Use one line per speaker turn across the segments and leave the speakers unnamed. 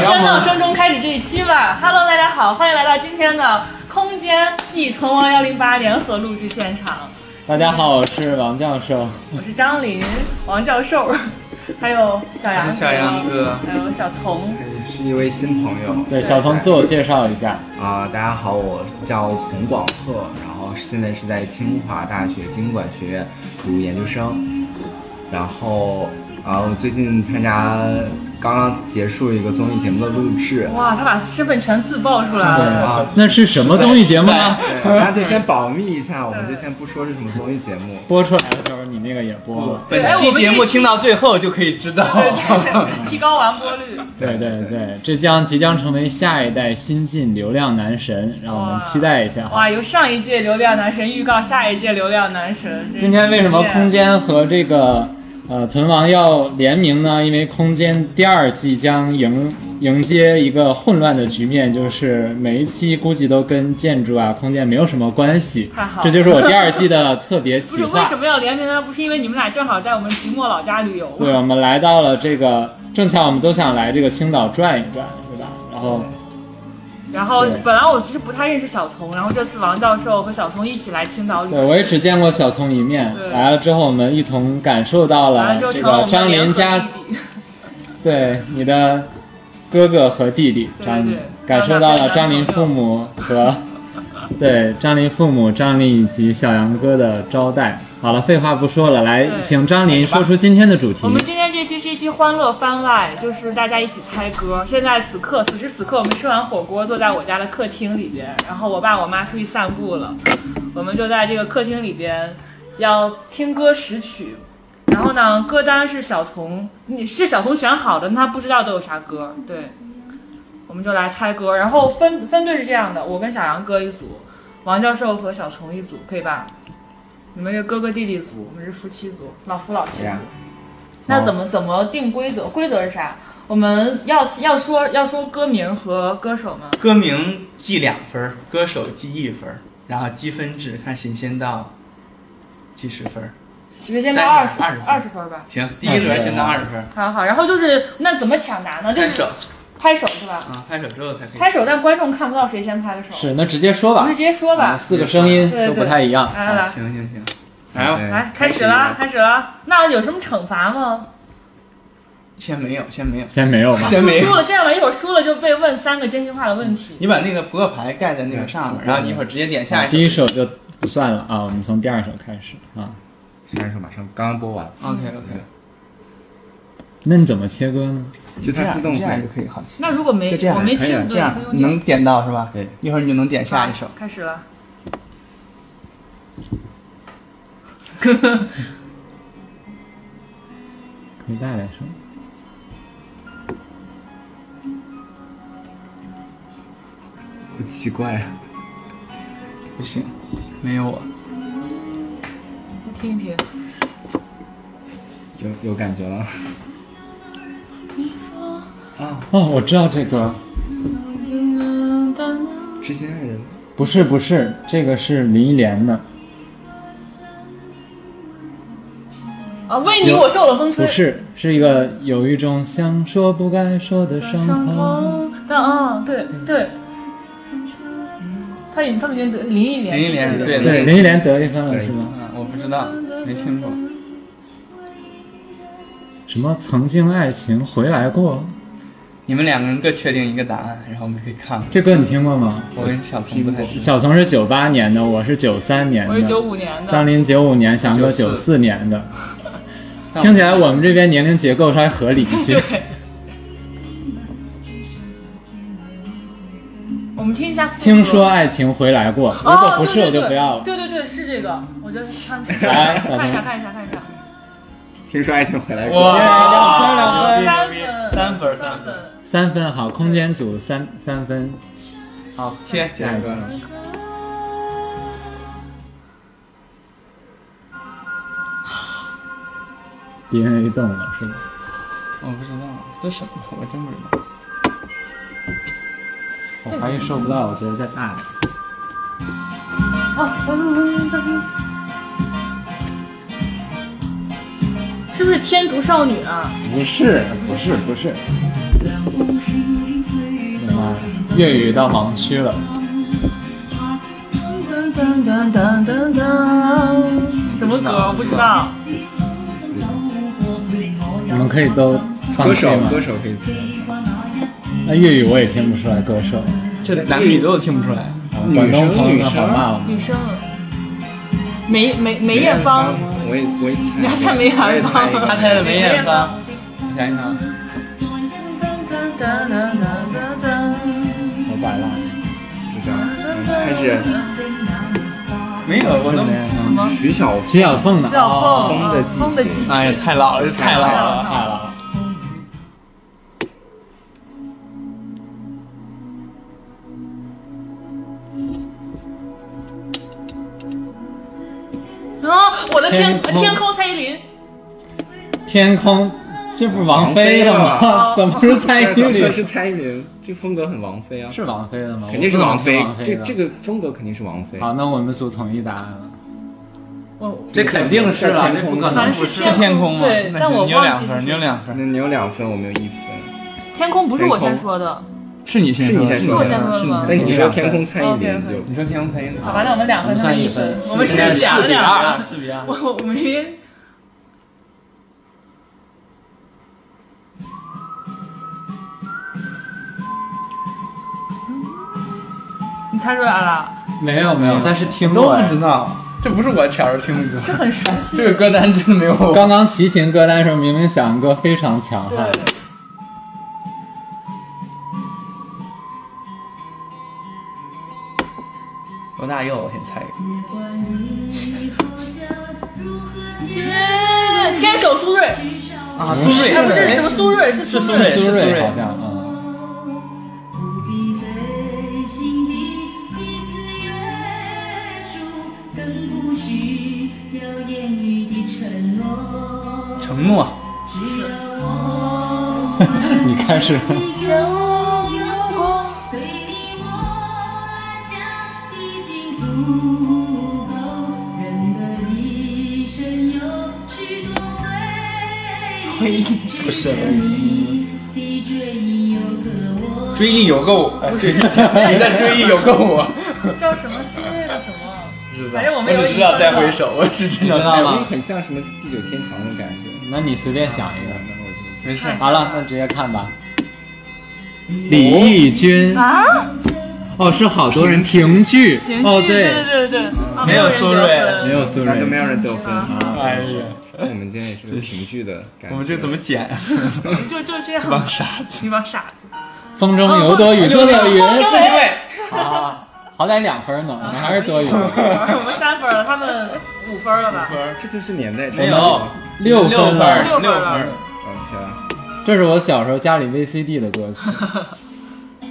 欢到声中开始这一期吧。Hello，大家好，欢迎来到今天的空间暨屯王幺零八联合录制现场。
大家好，我是王教授。
我是张琳，王教授， 还有小杨
我
哥，
是小杨哥
还有小丛。
是一位新朋友
对，小聪自我介绍一下。
啊、大家好，我叫丛广鹤，然后现在是在清华大学经管学院读研究生，然后啊，我最近参加刚刚结束一个综艺节目的录制，
哇，他把身份全自爆出来了。
啊
那是什么综艺节目呢？
对，大家就先保密一下，我们就先不说是什么综艺节目。
播出来的时候你那个也播了。
对哎
本
我
期
们
节目
这期
听到最后就可以知道，
对， 提高完播率。
对对
对
对，这将即将成为下一代新晋流量男神，让我们期待一下哈。
哇，由上一届流量男神预告下一届流量男神。这是
今天为什么
第一届
空间和这个呃屯王要联名呢？因为空间第二季将迎迎接一个混乱的局面，就是每一期估计都跟建筑啊、空间没有什么关系
太好。了
这就是我第二季的特别
不
企
是
划。
为什么要联名呢？不是因为你们俩正好在我们即墨老家旅游吗？
对，我们来到了这个，正巧我们都想来这个青岛转一转，对吧？然后
然后
对
本来我其实不太认识小丛，然后这次王教授和小丛一起来青岛旅
对
行，
我也只见过小聪一面
对，
来了之后我们一同感受到
完
了
了之后
这
成了
个
我们
张
联
琳
合
家
弟 弟。
对你的哥哥和弟弟
对
张
对
琳
对，
感受到了
张
张
琳
琳
的
父母 和对张琳父母、张琳以及小杨哥的招待。好了，废话不说了，来
对
请张琳说出今天的主题
我。们今天这期是一期欢乐番外，就是大家一起猜歌。现在此刻，此时此刻，我们吃完火锅，坐在我家的客厅里边，然后我爸我妈出去散步了，我们就在这个客厅里边要听歌识曲。然后呢，歌单是小丛，你是小丛选好的，那他不知道都有啥歌，对，我们就来猜歌。然后分分队是这样的，我跟小杨哥一组，王教授和小丛一组，可以吧？你们是哥哥弟弟组，我们是夫妻组，老夫老妻
对
组
呀。
那怎么怎么定规则？规则是啥？我们要要说要说歌名和歌手吗？
歌名记两分儿，歌手记一分儿，然后积分制，看谁先到记十分儿。
谁先到二
三
十
十
二
二
十分吧。
行，第一轮先到二十分儿，
好好，然后就是那怎么抢答呢？就
拍
是
手
拍手是吧？
啊，拍手之后才可以。
拍手，但观众看不到谁先拍的手。
是，那直接说
我
吧
们，直接说吧。
四个声音
对哎
都不
对
太一样。
来来来
啊行行行，来吧，
对
来，开始了，开始了。那有什么惩罚吗？
先没有，先没有，
先没有 吧。
先没
输
有。
了这样吧，一会儿输了就被问三个真心话的问题。
你把那个扑克牌盖在那个上面，然后你一会儿直接点
啊
下
第一
一首。
首就不算了啊，我们从第二首开始啊。
上一首马上刚刚播完，
OK OK，
那你怎么切割呢？
就它自动
这样
会
就。可以好。
那如果没
就这样
我没
可以了
听
这
对，
样
可以用
你
点
能点到是吧？
对，
一会儿你就能点下一首
好。开始了。
可以带来什么？
好奇怪啊！
不行，没有我。
你听一听。
有有感觉了，
哦，我知道这歌，
知心爱人
不是不是，这个是林忆莲的，
啊，为你我受了风吹。
不是，是一个有一种想说不该说的伤
伤
痛。
痛。但啊，对对。他已他们觉得林忆莲。
林忆莲对
对，林忆莲得一分了是吗？
嗯，我不知道，没听过。
什么曾经爱情回来过？
你们两个人各确定一个答案，然后我们可以看。
这歌你听过吗？
我跟小聪不太知道。
小丛是九八年的，我是九三年
我是九
的，
五年的。
张琳九五年，翔哥九四
94
年的。听起来我们这边年龄结构稍微合理一些。
对。我们听一下副歌。
听说爱情回来过，如
哦。
果不是
对
我就不要了。
对对对对，是这个，我觉得他们是。
来 小
看一下，
童
看一下，看一下。
听说爱情回来过，
哇，
两分两分
三分
三
三分。
分。
三分好，空间组三三分，
好，切
下
下
一
一个
个。DNA 动了是吧？
我不知道这什么，我真不知道。
我怀疑收不到，我觉得再大点。
嗯是不是天竺少女啊？啊
不是不是不是，粤语到盲区了。
噔噔噔噔噔噔，什么歌？我不知道。
你们可以都放
歌
弃
手
吗
歌？手可以猜，
那粤语我也听不出来歌手，
这男女都听不出来。
啊
女生
广东朋友们
女生
好骂我们。
女生，梅梅梅艳芳，
我也我也猜，
你要猜梅
我也
艳
猜
芳
一个
吗
他猜的梅艳芳，我想想，
我摆烂。
是这样嗯开始
没有，我都
什么？
徐小
徐小凤呢？
徐小
哦
凤，啊
风
风
的
的
季
季
节
节，
哎呀，太老了，太老了。
太了。
啊！我的天，
天空
天空蔡依林，
天空，这不是王菲的吗？
王菲啊
怎么 是蔡依
这
林？
哎是蔡依林，这风格很王菲啊，
是王菲的吗？
肯定是
我不知道
王菲
王，菲
这
的
这个风格肯定是王菲。
好，那我们组统一答案了。
我
这肯定是啊了，这不可能不
这天
天
空
空
吗
吗？
对
那
但我
你有
忘记
两
是
分，
谁
你有两分，
那你有两分，我没有一分，
天空不是我先说的，
是你先
是你
的
先
说的
是
是我先说的
你
吗
但你说天，空
你
蔡依林
OK，OK
就
你说天空可以吗？
好吧？那我们两分，
我们
他们
算一
一
分
我们是
现在
两
四
个
比
两
二，
个。
四比二。
我我没，你猜出来了，
没有没有，但是听
都
过
不
呀。
知道， 这不是我小时候听的
这
歌，
很熟悉。
这个歌单真的没有我。
刚刚齐秦歌单的时候，明明想歌非常强悍
对。，
罗大佑，我先猜一个。
牵手苏芮，
啊，苏芮
哎，不是什么苏芮，是苏
是苏芮
芮。
苏
是苏
芮
芮
好像嗯，
承 诺，
你开始
回忆
不是追忆有个我，哎对你在追忆有个我，
叫什么苏芮的什么？
不知道
反正我没有
我只知道再回首，我只知道
你知道
再
吗
回
感哎觉很像什么地久天长的感觉。
那你随便想一
然
个。
后我
没事。
嗯
好了，那直接看吧。李翊君
啊？
哦，是好多人评剧
情
哦，
绪对对对对，啊
没有苏芮
没有苏
就那就没
芮
有人得分
啊
啊，
哎呀，
那我们今天也是个平剧的感觉。
我们这怎么剪？啊
你就就这样
帮
吧，
傻子。
你帮傻子。
风中有朵雨，做朵云。
汪精卫
啊，好歹两分呢，我们还是多云。
我们三分了，他们五分了吧？
这就是年代
没有
六
六
分
分
了
儿，
六分
六
儿
分
了
儿。
想起来，
这是我小时候家里 VCD 的 歌
啊
曲，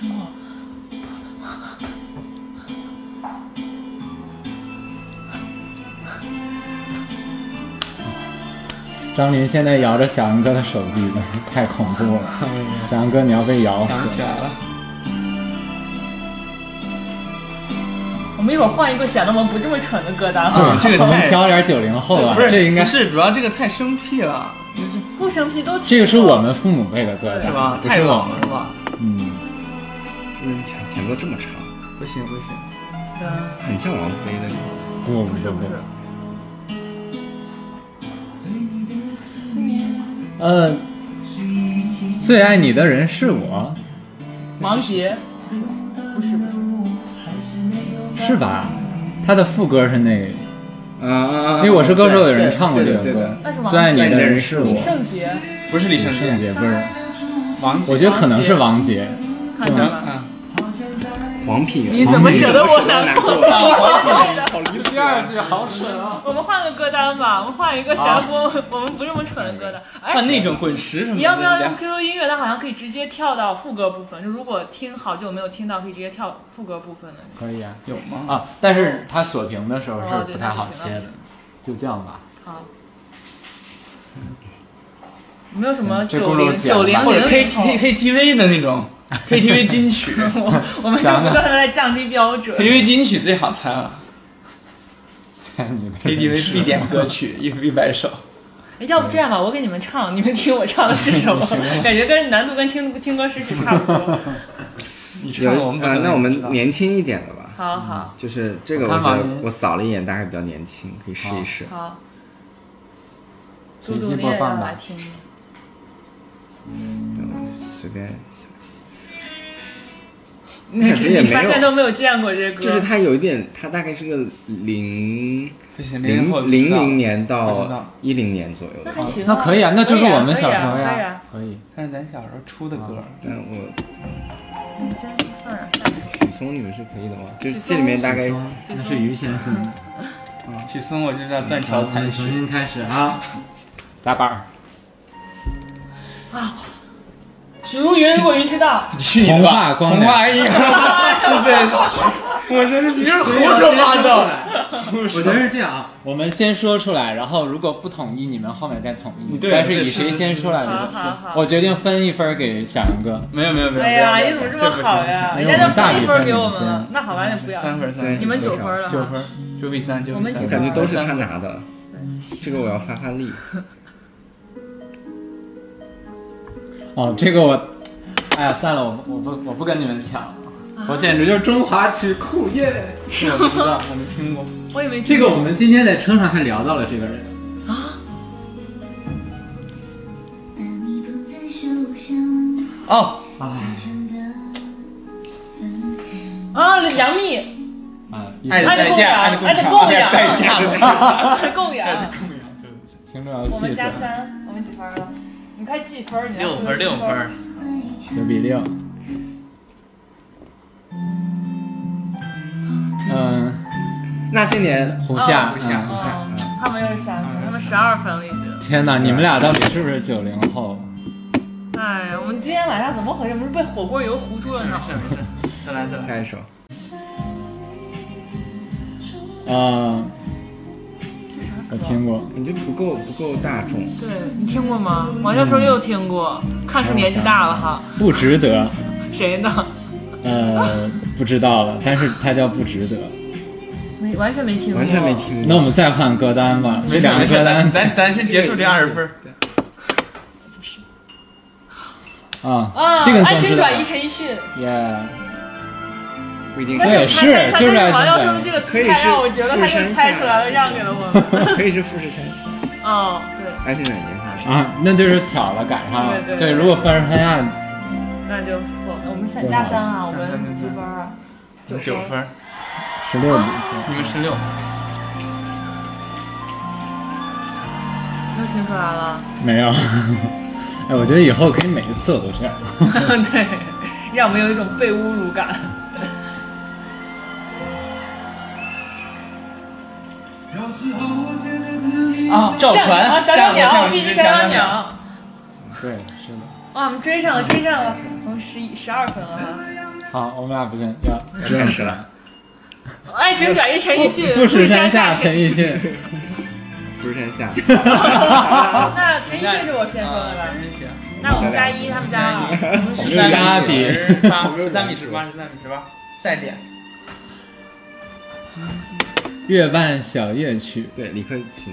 听过。
张琳现在摇着小杨哥的手臂呢， 太恐怖了。
哎
小杨哥，你要被摇
想
死
起！来了，
我们一会儿换一个显得我们不这么蠢的歌单
就
哈，
是
这 个
我们
太
挑点九零后啊
不，是，
这应该
不是主要这个太生僻了，
不生僻都听过
这个是我们父母辈的歌
是
单，
吧？
不是
太老
我
了是吧？
嗯，
就是前前奏这么长，
不行不行，
的，
很像王菲的。
不不
不是
不
不是，
不，呃，最爱你的人是我，
王杰，不是不是不
是吧？他的副歌是那个，
嗯
啊
因为我是歌手有人唱过这个
对
歌
的，
那是王
最爱你
最爱你
的
的
人
人
是
是
我
是，圣杰，
不是李
李
圣
圣
杰，
杰不是，
王杰
我觉得可能是王杰。
看到吗？
嗯，
黄品源，
你怎么舍得我难过？
好离谱！
句好蠢啊！
我们换个歌单吧，我们换一个显得不我们不这么蠢的歌单。哎
换，那种滚石什么的。
你要不要用
两
QQ 音乐？它好像可以直接跳到副歌部分，就如果听好久没有听到，可以直接跳副歌部分的。
可以啊
有吗？
啊！但是他锁屏的时候
哦
是
对
不太好
那不
切
行
的，就这样 吧。
好。有没有什么
行这
九
公众
零
讲
九零
吧
啊或者
零
K
零后
K K T V 的那 种 K T V 金曲
我我们就
讲
不
吧
断的在降低标准。
，K T V 金曲最好猜了
你的
，K T V
人是
必点歌曲一一百首，
哎要不这样吧，我给你们唱，你们听我唱的是什么？感觉跟难度跟听听歌试试差不多。
你唱
有
我们不可
呃，
能
那我
知道
们年轻一点的吧，
好好
就是这个，我
看
觉
吧
得
您
我扫了一眼，大概比较年轻，可以试一试。
好，嘟嘟啊
随机
你
播
也要
放
来
吧。
听吗。
嗯，随便，
你
感觉也
你发
没有
现都没有见过这歌，
就是它有一点，它大概是个零
不行，零后
零零零
年，
年
不知道
到一零年左右
那
的，
还行、啊
那可以啊，那就是我们小时候
可以啊可以
呀
啊，
可以。
但是咱小时候出的歌，
但我
你先放点下面。
许嵩你们是可以的吗？就
啊许嵩
这里面大概
许嵩那是于先生。
嗯许嵩我就知道断桥
啊
好，我
残
们重
雪，
新开始 啊，打板儿。
许茹芸，我云知道。
去你的
童
吧！
话光
童
亮
话一个，对，我真是你是胡说八 道，
我觉得是这样啊，我们先说出来，然后如果不统一，你们后面再统一。
对
但是以
对
谁
是
先出来
是
的
是是，
我决定分一分给小杨哥。
没有没有没有，
哎呀，
没有
你怎么这么好呀？
没
人
有
家
没有
都
大
分一
比
分
分
给
你
我
先
们了，那好吧，那不要了。
三分三分
你们九分了。
九。分，九比三，九
我
比
们
三，
几
我
分
感
啊
觉都是他拿的，这个我要发发力。
哦，这个我，哎
啊
呀，算了，我不我不我不跟你们抢了，
啊
我简直就是中华区酷耶！
我不知道，我没听过。
我也没
这
听
个
过
我们今天在车上还聊到了这个人，
把你捧在手上，
哦，
哎
成了分寸。
啊，杨幂，
啊，
爱的
爱的
代
供
价，爱
养，爱
的
的啊供
供养，
养，
代价，
爱的供 养。
听着要
我们
气死
加
了，
三，我们几分了？你快记分儿，你来
六
负责
分，六
记
分。，
九比六。嗯，
那些年，
胡夏，
胡夏
嗯
哦，他们又是三分，他们十二分了已经。
天哪，你们俩到底是不是九零后？
哎呀，我们今天晚上怎么回事？我们是被火锅油糊住了脑。
是是，再来再来。
下一首，
嗯，
这啥歌
我？听过。
感觉不够不够大众。
对你听过吗？王教授又听过，看是年纪大了哈。
不值得，
谁呢？
呃，不知道了，但是它叫不值得。
没，完全没听过，
完全没。听
那
过。
我们再换歌单吧，这
没
两个歌单
咱咱先结束这二十分。
啊
啊，，
这个
爱
你
情
知道
转移陈奕迅。
耶，
不一定
但
对
是他但
是就是
他
爱
王教授
情转移
这个
可
姿
以
态
是
让我觉得他
附
又
身
猜
下
出来了，
来
让给了我 们。
可以是富士山下，
哦，对，
安全转移是吧？
啊，那就是巧了，赶上了。
对对
对，如果分是黑暗，
那就错了。我们三加三啊，我们几分啊？
九分，
十六比
你们十六，
又听出来了。
没有。 哎，我觉得以后可以每一次我都这样。
对，让我们有一种被侮辱感。
啊，赵传，
啊，小
夏
小
洛
鸟，
像
是
一
一只
只
小
小
小。鸟。
对，是的。
哇，我们追上了，追上了，我们十一十二分了哈。
好，我们俩不行，要
真的是了，
爱情转移陈奕迅，
富士山
山
下陈
陈。
奕迅。
富士山下，
那陈奕迅是我先分了
啊
吧？那我们加一，他们加二。
十八比十八，十三比十八，十三比十八，再点。
月半小夜曲，
对，李克勤，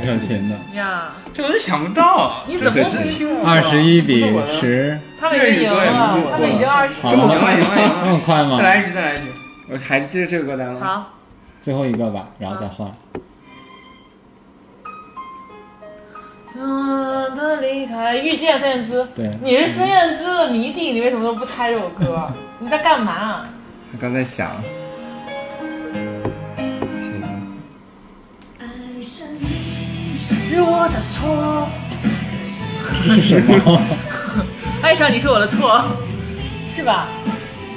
哦
克勤的
呀，
这我就想不到，
你怎么
这个
不
是
听我？
二十一比十，
他们已经赢了，他们已经二十。
好吗？
赢了赢了赢了
那么快
再
吗？
来一局，再来一局。
我还是记得这个歌单吗？
好，
最后一个吧，然后再换。
嗯，他离开，遇见孙燕姿。
对
你是孙燕姿的迷弟，你为什么都不猜这首 歌？你在干嘛？啊
我刚才想，前
爱上你
是我的错，
是什么？
爱上你是我的错，是吧？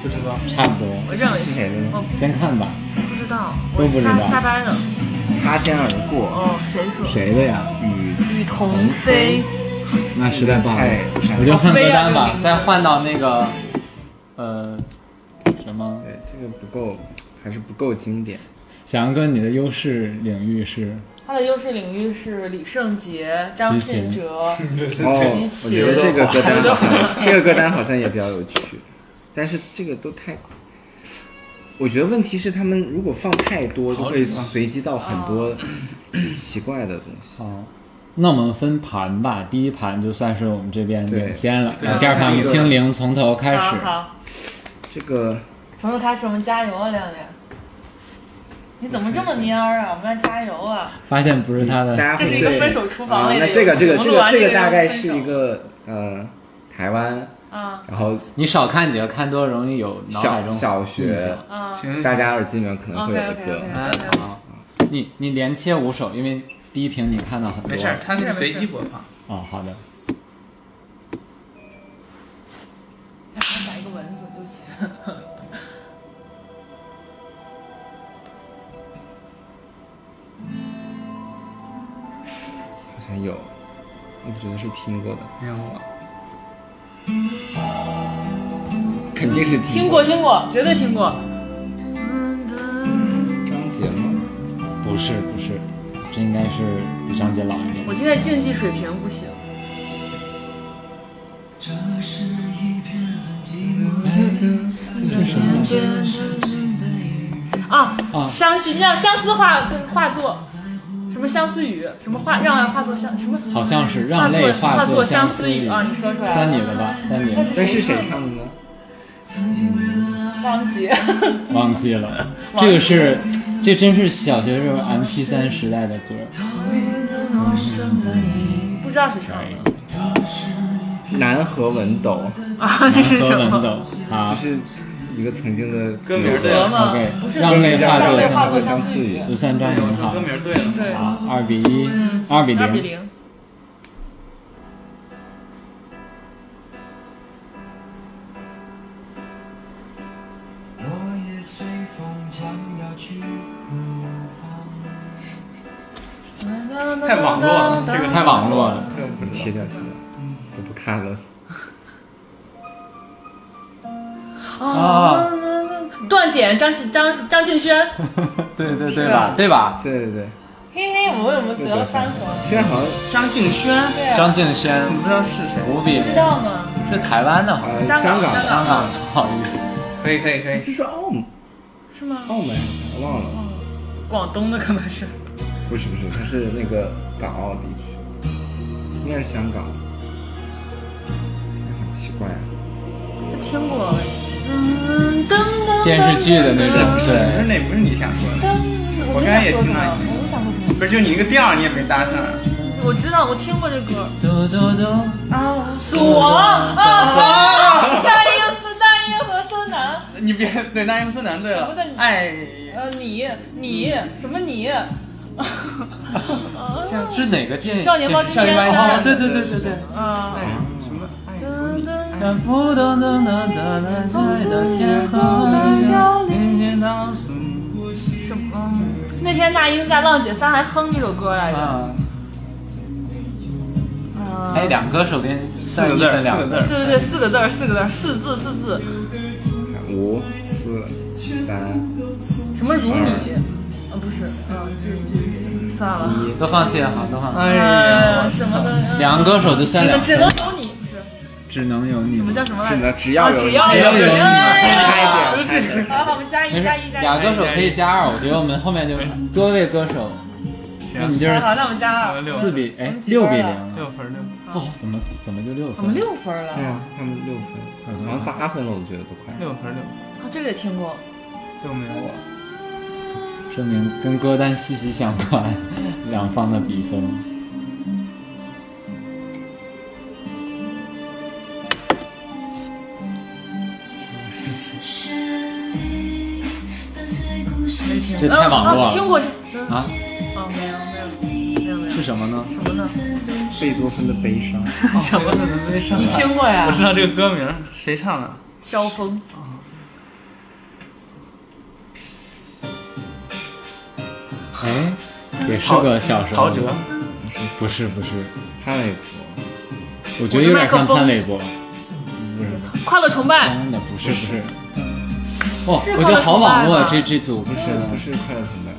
不知道，
差不多，
我认为
是谁的呢？
我
先看吧。
不知道，
都不
我
知
瞎
道
瞎掰呢。
擦肩而过，
哦，谁说？
谁的呀？
雨
与同飞。
那实在不好意思，
太
我就
好
换歌单
非要
吧
啊
有，名
再换到那个，呃，什么？
对，这个不够，还是不够经典。
小杨哥，你的优势领域是？
他的优势领域是李圣杰、张信哲，
哦，
齐
我
秦
觉得这个歌单好
刘德
像，这个歌单好像也比较有趣，但是这个都太。我觉得问题是他们
啊
如果放太多，就会随机到很多奇怪的东西。
哦，那我们分盘吧，第一盘就算是我们这边
对
领先了，
对
然后第二盘我们清零，从头开
好
始。
啊好，
这个
从头开始我们加油啊，亮亮。你怎么这么蔫儿啊？我们要加油啊！
发现不是他
大
的，
家
这
会
是一个
对
分手厨房
啊
类的
那这个
游
这
戏
个
我们录
这个
完
这
这
个
个
大概
分
是
手
一个呃台湾，
啊
然后
你少看几个，看多容易有脑海
小
中
小
印象
学，
啊
行
大家耳机里面可能会
！OK
有一
OK
个
OK，。
嗯
啊，你你连切五首，因为第一屏你看到很多。
没事儿，它是随机播放。
哦，好的。
打一个蚊子，对不起。
好像有，我觉得是听过的，
哎
没有我，
肯定是
听过听过，绝对听过。
张杰吗？
不是不是，这应该是比张杰老一点
我。现在竞技水平不行。啊，
啊
相思让相思化化作什么相思雨，什么化让爱化作相什么
好像是让泪
化
作
作相
思
思雨啊！你说出来
三
了。
你的吧，三你
那
的
是
那是谁
谁
唱的呢？
汪杰，
忘记了。这个是，这真是小学时候 M P 三时代的歌。
不知道谁唱的
南河文斗，
啊？这是什
何文
么？
斗啊
就是一个曾经的
歌名儿对
河
了，
吗？
，OK，
不是
让泪化
让
作
泪
相
化
思
作
雨，
相思雨。
就算张
对，我
明
说
浩
歌名儿对了。
对，
啊，二比一，二比
二比
零，
零。
我也随风将要去何方？
太网络了这个
太网络了。
这个不知道
切掉切掉，我不看了。
啊！
断点张信张张敬轩，
对对
对
啊
吧
对吧？
对对对，
嘿嘿，我怎么得了三个？
现在好像
张敬轩，
对啊，
张敬轩
我不知道是谁。
五比
不
零
知，道呢。
是台湾的好像
呃
是，
香港
港
香
的，
香港的，不好意思。
可以可以可以，
这是澳门
是吗？
澳门还是忘了，
嗯广东的可能是。
不是不是，它是那个港澳地区，应该是香港。哎好奇怪啊！
就听过。嗯，噔噔。
电视剧的那
是
种，
不是不是
对，
那不是你想说的，
我
我刚才也听到一句
没想说什么，
不是就你一个调儿你也没搭上啊。
我知道，我听过这歌。
嘟嘟嘟，
啊，鼠王啊！大英四大英和孙楠，
你别对那英孙楠对
什么
了
的你，
爱
呃，你你什么你？
是哪个电影？
少年包青天
哦
三
对对对对对。
啊。
爱什么爱
噔噔
让不懂得那的那在的天空里，
天天告诉你
什么？那天那英在《浪姐三》还哼这首歌来着。
啊，
嗯
哎，两歌手边
四个字儿，
算一分两
四个字儿。
对对对，四个字儿，四个字儿，四字四字，
五四三
什么如你？啊，不是，嗯，这这算了。
你都放弃了，好，都放弃了。
哎
嗯，
呀，
什么的？
两个歌手就算
只
两
能只能有你，不是？
分，只能有你
我。们叫什么来
只
着？
能只要
啊
有
只要
只要有
人
你
哎
嗨一点，
好好，我们加
没
一
事
加一，加
俩
一。
歌手可以加二，我觉得我们后面就多位歌手，那你就是
好，好那我们加
我
二
们，六
四
分
比哎
我们几
六
分
比
了
零了。
六分儿六分儿
哦，怎么怎么就六
我们
分？
六分了。
嗯
对啊，他们六分，好像八分了，我觉得都快。
六分儿六分儿
啊，这个也听过。
六没有我，
说明跟歌单息息相关，两方的比分。
哦
这太网络
啊，听
了
过这。
啊！
哦，没有没有没有没有
是。什么呢？
什么呢？
贝多芬的悲伤，
什么怎么没上
你
来？
听过呀
我？知道这个歌名儿，谁唱的？
萧峰。
哎，也是个小时候。
陶喆，
不是不是，
潘玮柏，
我觉得有点像潘玮柏。
快乐崇拜。
真的不是不是。哦，
是
我觉得好网络啊
快乐崇拜吧
这这组不
不
是
是不是快乐崇拜，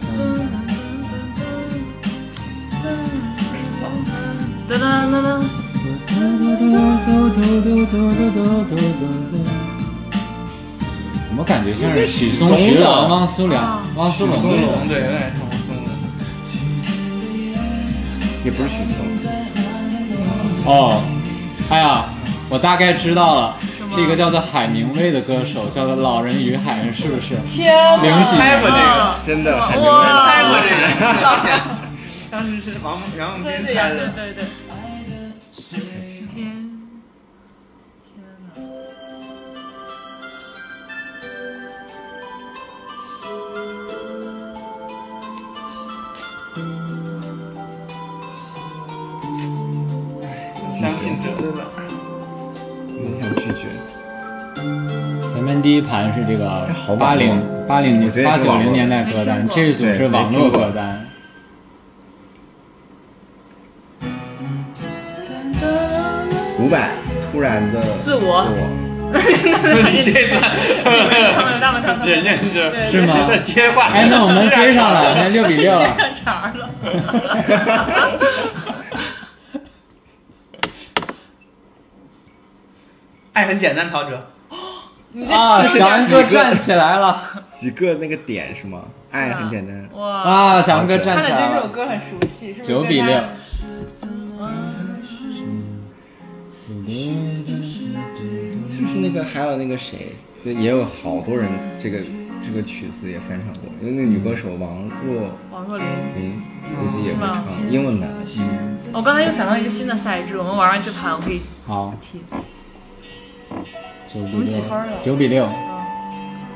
噔噔噔噔。
怎么感觉像是许嵩、徐良、汪苏泷、汪苏泷？
苏泷，对，有点像苏泷。
也不是许嵩，
哦，哎呀，我大概知道了，
什么
是一个叫做海明威的歌手，叫做《老人与海》，是不是？
天哪，
零几
猜过这个
嗯
真的
哇
海明威
猜过这个，当时是王杨文
对
斌
对
猜
呀，
的。
对对对。天，天哪！
张信哲的吧？
我想拒绝。
前面第一盘是这个
这好
八
网
零
络
八零
我觉得
八
也挺
九
网络
零
的
年代歌单，这一组
对
是
没
网
听
络
过
歌单。
伍佰突然的
自我
这段，
当了当了，
人家是
是吗
这接话，
哎，那我们追上了，现在六比六了。
上茬了。
爱很简单，陶喆。
啊，
是
翔
几
哥
个
站起来了！
几个那个点是啊吗？爱很简单，
哇，
啊，翔哥
他
站
们
起
对
来
这首
了！
歌很熟悉，是不是？
九比六。
嗯
是不是那个还有那个谁？对，也有好多人这个这个曲子也翻唱过，因为那个女歌手王若
王若琳，
琳估计也
是
会
吗
唱英文版。
我刚才又想到一个新的赛制，我们玩完这盘我可以
好，
踢。
九比
我们几分了，
六
嗯
九比六，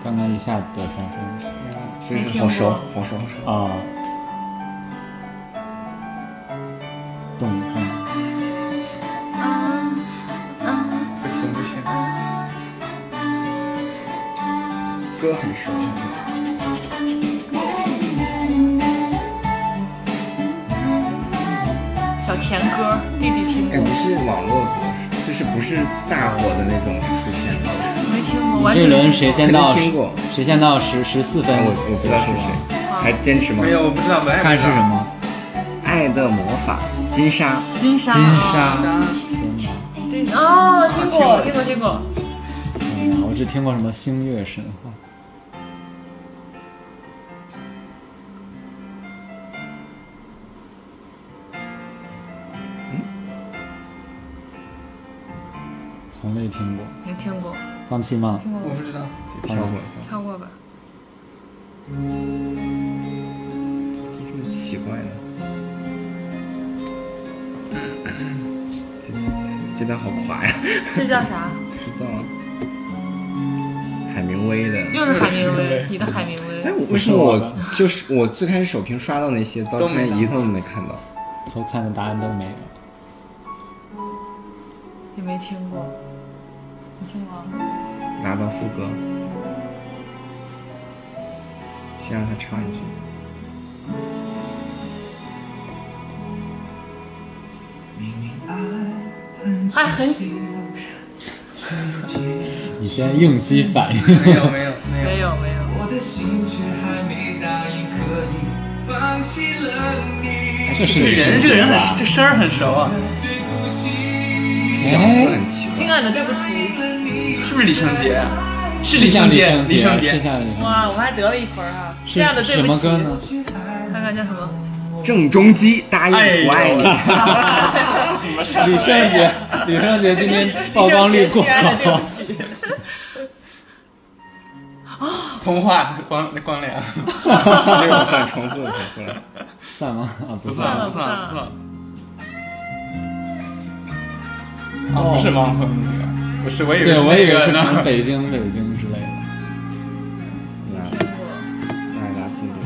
刚刚一下得三分
真是好熟，好熟，好熟。
啊！动动，
不行不行，
歌很熟，很熟
小甜歌，弟弟听
哎，不
过，
是网络歌，就是不是大火的那种出现的。
没听过，完
嗯这
全
一
没
轮
听
谁先到
肯定听过
谁先到十十四分？
但我我不知道是
吗？
谁，还坚持吗？
没有，我不知道，我也
看
不
是
知
什
道。
么？
爱的魔法，金莎，
过金沙，
金
啊
莎，
这哦，听过，听过，听过。
天哪我只听过什么星月神话。
嗯
从未听过，
你听过，
放弃吗？
听过
我
吗？
不知道，
飘过来，
跳过吧。
这么奇怪呢？ 这这段好垮呀，
这叫啥？
不知道。海明威的，
又是海明威，你的海明
哎，
威。
我
不
为
是
什么
我
我
的
就是我最开始首屏刷到那些，到
都
现
没
在
看
一个都没看到。
偷看的答案都没有。
也没听过，你听过？
拿到副歌，先让他唱一句。
哎，很紧，
你先应激反应。
没有没有没有。
没有没有。
我的心却还没答应可以放弃了你，
这是
这个人，这个人很，这
是
声儿很熟啊，
对不起，
咬字
哎，
很奇
亲
怪，
爱的，对不起。
了你。
是不是李圣杰啊？是
是像
圣
李
杰，
圣杰，
圣
是
杰。
像李圣杰。
哇，我还得了一分啊！
是
这样的对
什
不
么
起。
歌呢？
看看叫什么？
郑中基答应
哎呦
我爱你。
李圣杰，李圣杰今天曝光率过
亲爱的，对
高
不。起。
通话光光良，
没有算重复了，重复了。
算吗？啊， 不
算了
不算
不
了
算
不算了。啊，不是汪峰那个，不是，我以为
对，我以为是
那个
什么
呢。
北京、北京之类的。
那那拉进度。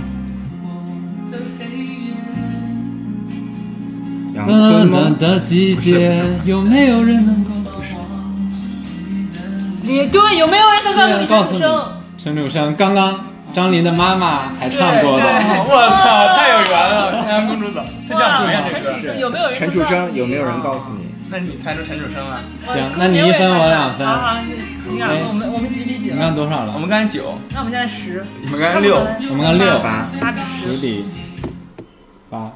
杨坤
短短
吗？
的季节，有没有人能告诉
你对有没有人能告诉你
告
张
诉
楚
你
生？，
陈楚生刚刚张琳的妈妈还唱过
对
的。
哦我操，太有缘了！《天安公主走》，这叫什么呀？这
陈楚
歌？
生有没有人
陈
能
楚
告诉
生
你
有没有人告诉你？
那你猜出陈楚生了？
我
行
哥
那你
没有
一分
人
我
看
两分
好好，好你两分，我们我们几比几
你
了？
看多少
我
了？
们刚才九，
那我们现在十，
你们刚才六，
我们看六
八
八比
九
十。
比八。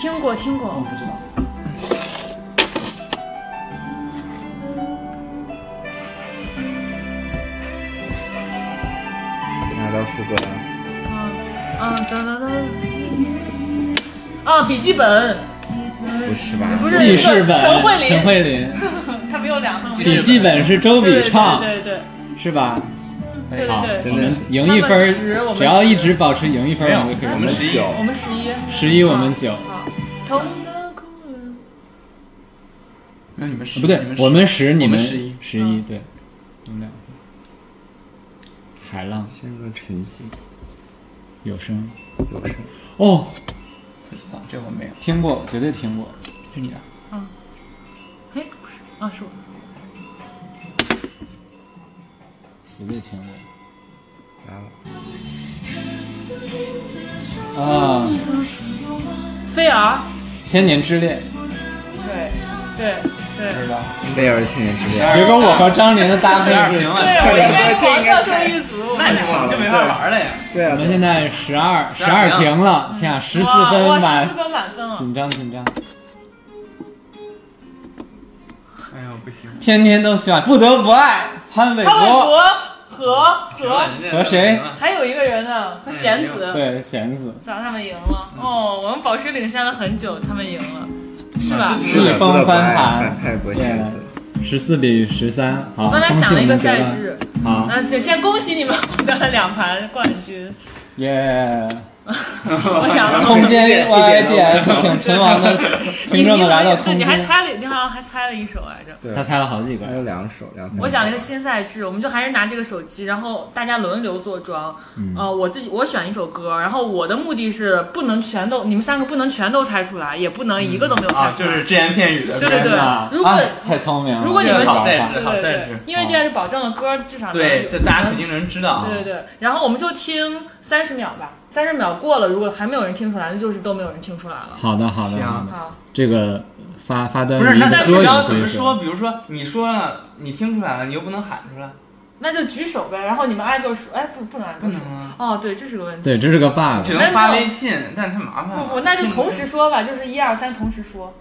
听过听过，
不知道。
拿到副歌了，
嗯，嗯，噔噔噔。啊，笔记本
不是吧？
不是
记事本，
陈慧琳
陈慧琳，
他们有两份，我
笔记本是周笔畅，
对对对
是吧？
对对
好，
对
我
对，
们赢
他
一
们
分儿
十我，们
只要一直保持赢一分
没
儿，
有
我们就可以
我们
赢。
十一
九
我们十一，
十一我们九，啊
好，同的故人
没有你们十，
不对
你，
我们十，你
我
们
们十一，
十一，对，我们两个。海浪
陷入了沉寂，
有声
有声。
哦，
不知道这我没有，
听过，绝对听过。
是你的。
哎，不是啊，是我。
绝对听
然后
过啊，
菲儿，
《千年之恋
对对
不
对
知道，
贝尔千年之恋，》，
结果我和张琳的搭配
二
是
平，了，
对，我应该
这
黄
应该
色胜利组，我
那
们
你
俩。
我们就没法玩了呀。
对
我
啊
们现在十二十二
12
平
嗯
了，天啊，十四
哇
分
哇，
满
十四，分满分了。
紧张紧张，啊
哎呦，不行，
天天都喜欢，不得不爱潘玮
潘玮
柏
柏和和
和谁
还有一个人呢，和贤子。
对贤子，
咋他们赢了？哦，我们保持领先了很久，他们赢了，是吧？
嗯
逆风翻盘，
泰国仙子，
十四比十三，好，
我刚才想了一个赛
恭喜
制，
我们得了，好，
那先先恭喜你们获得了两盘冠军。
耶！
我想了，
空间 YIDS，请存亡的
你
听
你
众们来到
怎么
空
你还
间，
猜了？你好像还猜了一首啊来着。
对，
他猜了好几
还
个，
有两首，两
嗯
首。
我想了一个新赛制，我们就还是拿这个手机，然后大家轮流坐庄。
嗯
呃，我自己我选一首歌，然后我的目的是不能全都，你们三个不能全都猜出来，也不能一个都没有猜
啊，
出
就
来。
是只言片语的，
对对对
天哪
如果
啊太聪明了，
如果你们
这个好
对
法
对
对对
好赛
对
制，
因为这样就保证了歌至少能
对，
有
这大家肯定能知道啊。
对对对，然后我们就听三十秒吧，三十秒过了，如果还没有人听出来，那就是都没有人听出来了。
好的好的，
行
好的
好，
这个发发端
不是，
于一
那
个
但是
歌
你要
咏
怎么
规
说？
则，
比如说，你说了，你听出来了，你又不能喊出来，
嗯
那就举手呗，然后你们挨个数，哎，不不能挨
不
个数
能。啊，
哦，对，这是个问题。
对，这是个 bug，
只能发微信，但太麻烦了。
不不，那就同时说吧，就是一二三同时说，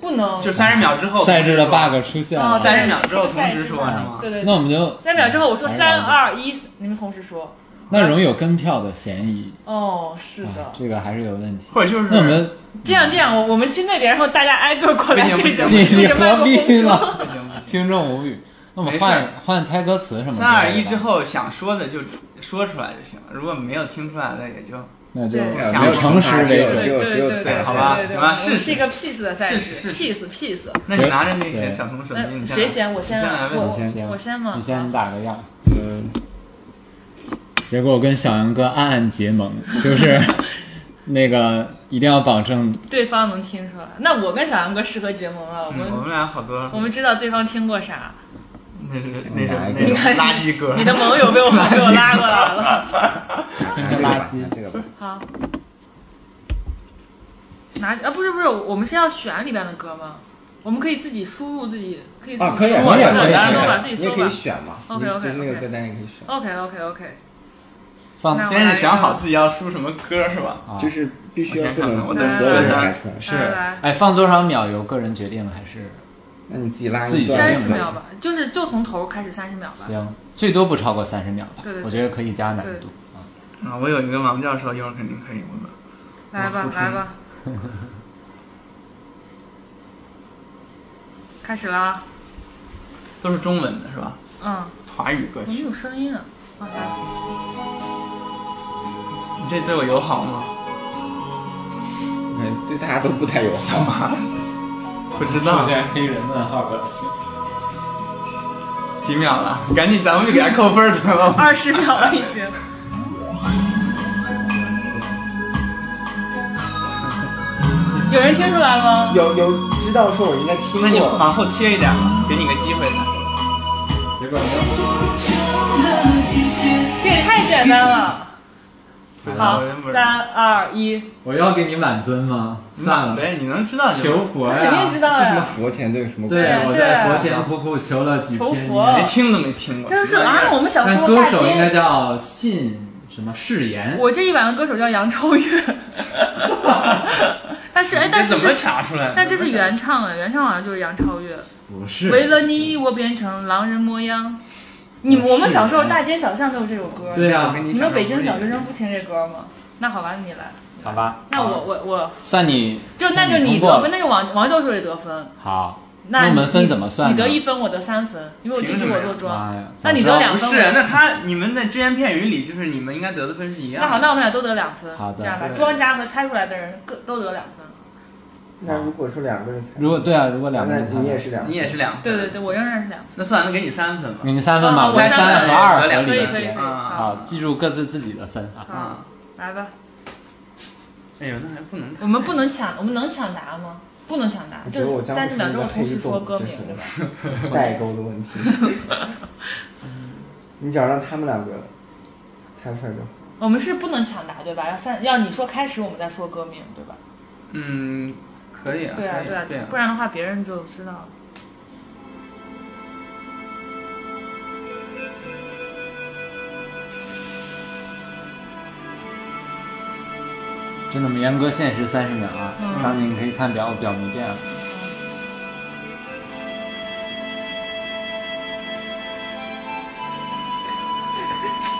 不能。
就三十秒之后
赛制的 bug 出现了
哦，
三十秒之后同时
是
说是吗？
对对
那
对，
我们就
三秒之后我说
还是
三
老
二一，你们同时说。
那容易有跟票的嫌疑，
哦，是
啊
的，
这个还是有问题。
或者就是
那我们
这样这样，我我们去那边，然后大家挨个过来
不
对
行
着
不
你
行
对
你
着麦克
何必
风说。
呢？
不行不行，
听众无语。那我们
没事
换换猜歌词什么的。
三二一之，后想说的就说出来就行了，如果没有听出来的也就
那就
对
以诚实为
对
准。
只有
对
只有
对
对
对，
好吧
对对
好吧
对
试试
是一个 peace 的赛事
试试
，peace peace。
那你拿着那
对
个小红手机，
那
你
谁
先
先？我先啊，
你先来
我
吧
你先
我我先吗？
你先打个样。
嗯，
结果我跟小杨哥暗暗结盟，就是 那个一定要保证
对方能听出来。那我跟小杨哥适合结盟了，我
嗯
们、
我们俩好多了
我们知道对方听过啥。
那是那是
来一
那
个
是垃圾歌
你，的盟友被我被我拉过来了。
听着垃圾
拿这个吧拿这个吧，
好，拿啊不是不是，我们是要选里边的歌吗？我们可以自己输入自己，可以自己
啊，可以啊，
搜
我
吧
可以
也
啊，
大家
可以
搜
我
吧，
可
自
以，
己
你也
搜
可以
吧。
选嘛，你
OK，OK，OK
就是那个歌单也可以选，
OK OK OK，
放
那我
先
来
是想好
一
自己要输什么歌是吧？
啊
就是必须要
我
不
先看看
能不
我
能
的
所有人
歌
猜
单
出来，
是
来来
哎放多少秒由个人决定还是
那你自己拉
自己
一
个
段
三
决
十
定吧
秒吧，就是就从头开始三十秒吧。
行，最多不超过三十秒吧
对对对。
我觉得可以加难
对
度啊。
啊，我有一个王教授，一会儿肯定可以问问。
来吧
我，
来吧， 开始啦。
都是中文的是吧？
嗯，
华语歌
怎么
曲，
有声音啊？啊来
你这对我友好吗？
嗯对大家都不太友好。
不知道，
黑人问号歌曲。
几秒了，赶紧咱们就给他扣分儿得了。
二十秒了已经。 有人听出来吗？
有有知道说我应该听
那你
过，
往后切一点吧，给你个机会呢。
结果
这也太简单了。
不知道
好
我真不，知道
三二一，
我要给你挽尊吗？算了，
哎呗，你能知道就
求佛
肯
呀
定！知道
这什么
呀。
佛前对什么
对，
对
我
对
在佛前苦苦求了几
求
千
佛
年
连。听都没听过。
真是
什么玩意
啊！
儿
我们小时
但
候
歌
大
手应该
街，
叫信什么誓言？
我这一晚的歌手叫杨超越。但是哎，但
这
是
怎
这
么查出来的？
但这是原唱哎，原唱好像就是杨超越。
不是
为了你，我变成狼人模样。你们我们小时候大街小巷都有这首歌。
对啊，我跟
你
讲
们北京小学生不听这歌吗？那好吧，那你来。
好吧，
那我我我
算你
就那
算
就
通
你
过
得
了
分，那就王王教授也得分。
好，
那
那我们
你
分怎么算
你得
呢
一分，我得三分，因为我这
凭什
局
么
我
呀
做
妈
庄。
呀，
那你
怎
得
么着
两
不
分。
是，那他你们在只言片语里，就是你们应该得的分是一样的。
那好，那我们俩都得两分。
好的
这样吧，
对
庄家和猜出来的人各都得两分。
那如果说两个人才，
如果对啊，如果两个
那
人，
你也是两个，
你也是两分。
对对对，我仍然是两分。
那算了，那给你三分吧。
你们三分吧，
啊
我
我
们
三分
三和二
得
合
两
可
理
以
一
可以可以。
些，
好，
啊
好，记住各自自己的分啊。
好，来吧。
哎呦，那还不能。
我们不能抢，我们能抢答吗？不能抢答，
我觉
就
得
是
我将
三十秒之后同时
会成
说
为一个
歌
黑
名
洞，
对吧？
代沟的问 题。嗯你只要让他们两个猜出来就好。
我们是不能抢答，对吧？要三要你说开始，我们再说歌名，对吧？
嗯，可以啊。
对啊
可以
对啊，
对啊
不。然的话别人就知道了。
真的，我们严格限时三十秒啊！
嗯
张宁可以看表，表没电了。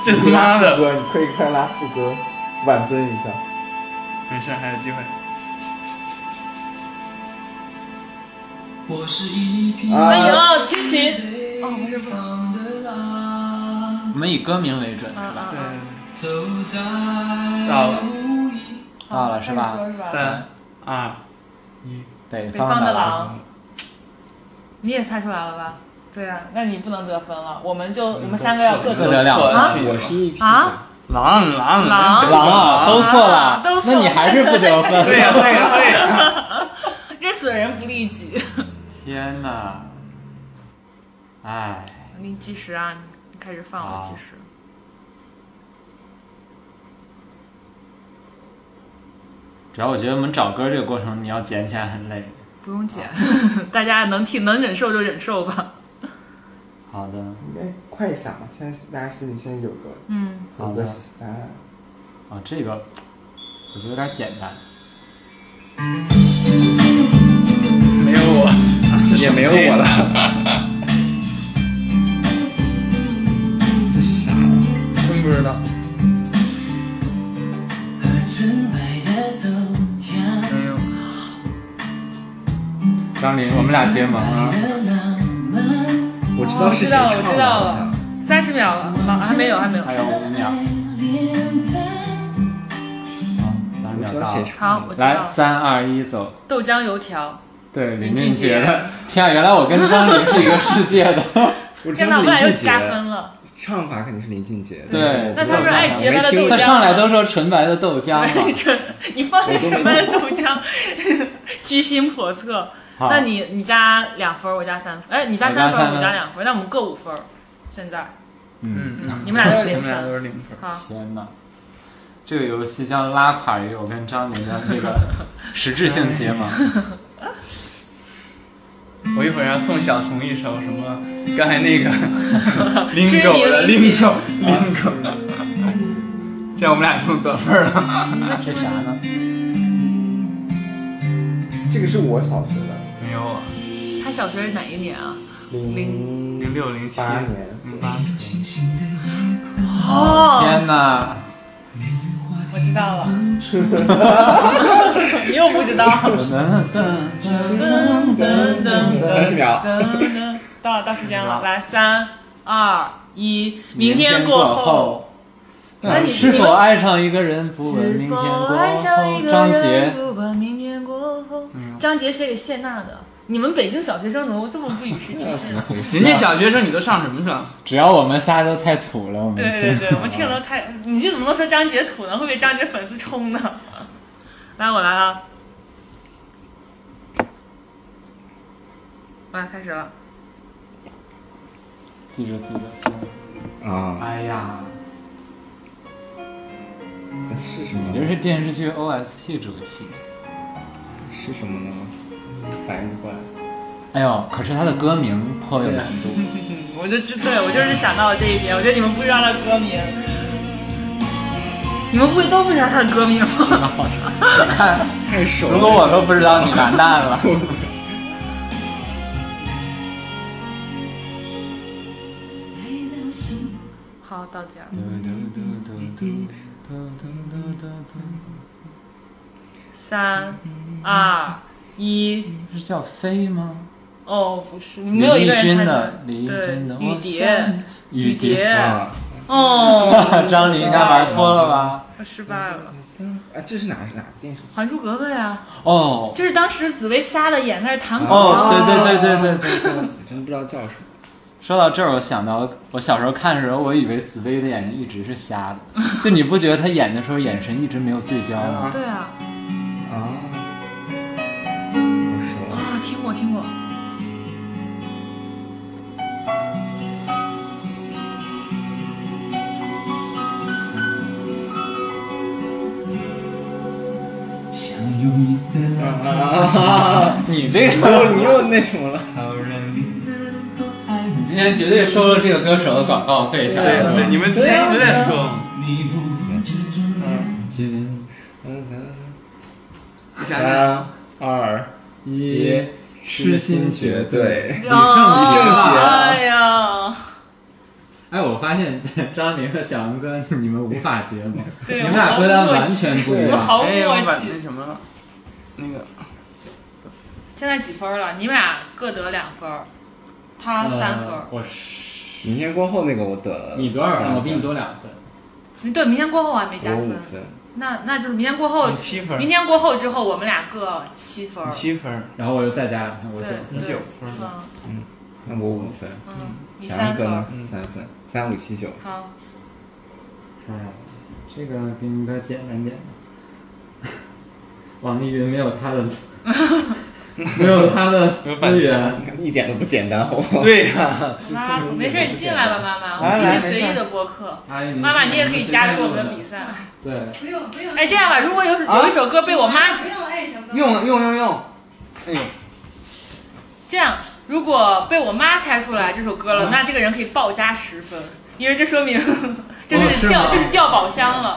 这他妈的，
哥，你可以快拉副歌，挽尊一下。
没事，还有机会。
我是一匹
哎
啊，
呦，齐秦，哦，不是不能，
放的
嗯
狼，
我们以歌名为准，
啊啊
对，
啊！
走在
到
无垠。
嗯
到了是吧
开始说是吧？
三二一，
北
北
方
方的
狼。
狼，你也猜出来了吧？对呀、那你不能得分了，我们就我们三个要各
都
得
得两
错
分
了
啊
去吧
我是一匹
啊！
狼狼
狼
真是
狼啊，都错了
啊，都错
那
了
你还是不得分。
对呀对呀对呀。
这损人不利己。
天哪！哎，
你计时啊，你开始放了
好
计时。
主要我觉得我们找歌这个过程，你要捡起来很累。
不用剪， 大家能听能忍受就忍受吧。
好的，
应该快想吧，现在大家心里现在有个
嗯，
好
有
的
个答案。
啊，这个我觉得有点简单。
没有我，
也没有我了。
这是啥？
嗯
真不知道。
和纯白的豆浆。
没有。
嗯张琳，我们俩结盟啊！
我知道
我
是
哦知
谁
道了，我
唱的，
知道
好像
了。，三十秒了，啊还没有，还没有。
还有五秒，啊，三十
我
秒
知
到
道谁
好
了。
唱，的。
我知道
来，
了。
三二一，走。
豆浆油条，
对，林
林俊
俊杰
杰
的。天啊，原来我跟张琳是一个世界的。
我知
天哪，我
道林
们俩又
俊杰。
加分了。
唱法肯定是林俊杰。
对
但是我
那他
不知道
说爱杰他
唱法
的豆
他
浆，
上来都说纯白的豆 浆嘛。
纯，你放的什么豆浆，居心叵测。
好
那你你加两分儿，我加三分儿，哎，你加三分
我加三
儿，
分
我加两分儿，那我们各五分儿。现在
嗯嗯。
你们俩都是零
我们俩都
分，
是零分。
好，
天哪，这个游戏将拉垮于我跟张琳的那个实质性结盟。
我一会儿要送小童一首什么？刚才 那个
知
lingo
名
的
一起
lingo lingo，这样我们俩就能得分了。
这啥呢？
这个是我小学的，
没有啊我，
他小学是哪一年啊？
零
零六零七
八年。
零八。
哦，
天哪！
我知 道了，你又不知道。噔噔噔
三十
噔
秒。
噔噔，到到时间了，来三二一，明天
过
过后。。那你
是否爱上一个人，不问明天过后？张杰，
不管明天过后
哎呦
张杰写给谢娜的。你们北京小学生怎么这么不与时俱进？啊
人家小学生，你都上什么上？
只要我们仨都太土了，我们
对对对，我们听
了。
了太，你这怎么能说张杰土呢？会被张杰粉丝冲呢？ 来，我来了，我俩开始了。
记住记住。
啊，
哎呀，
哎是什么
你？这是电视剧 OST 主题。
是什么呢？反应不过来。
哎呦，可是它的歌名颇有难度。
我就知对我就是想到了这一点，我觉得你们不知道他的歌名，你们会都不知道他的歌名吗？
看，
太熟
如果我都不知道，你完蛋 了。
来到
到点儿。三、二、一。
是叫飞吗？
哦，不是，你们没有一个人猜
李翊君的李翊君的
对，雨
我
蝶，
雨，
蝶。
啊
哦
张琳应该玩脱了吧？
我失败 了，
啊，这是哪是哪个电视
《还珠格格》呀，
哦
就是当时紫薇瞎了眼，在那弹簧。
哦，对对对对对对对。
剧？真的不知道叫什么。
说到这儿，我想到我小时候看的时候，我以为紫薇的眼睛一直是瞎的，就你不觉得她演的时候眼神一直没有对焦吗？
对啊，
啊，不熟。
啊，听过听过。
你这
你又你又那什么了？
你今天绝对收了这个歌手的广告费，想
对对，你们之前一直在说，
君
嗯嗯
你想想，
三二
一
痴心绝对。
李
李圣杰啊
哎呀，
哎，我发现 张琳和小杨哥你们无法结盟，你
对
们俩歌单完全不一
我们
样。
毫无
哎，我
默
把
契
那。什么了，那个
现在几分了？你们俩各得两分儿，他三分儿
呃。我是
明天过后那个我得了，
你多少
三
分？我比你，多两分。
嗯对，明天过后我还没加
我五
分。
分。
那那就是明天过后
你，七分儿，
明天过后之后我们俩各七分儿
你。七分儿，
然后我又再加两分，我
对
九。
你
对
九，分儿，
嗯
那我五分，
嗯，你
小
三
杨哥
分
呢
儿。？
嗯
三分，三五七九。
好，
哎，这个比你的简单点。网易云没有他的，没有他的资源。
一点都不简单，好不好？
对呀，
妈妈没事儿，你进来吧，妈妈，我
来
们
来
继续随意的播客。
阿姨，
妈妈，你也可以加入我们的比
比。
赛。
对，
不用不用，
哎，这样吧，如果有有一首歌被我妈
不用爱什么，
用用用用，
这样，如果被我妈猜出来这首歌了，那这个人可以暴加十分，因为这说明 这是
是
掉
吗
这是掉宝箱了。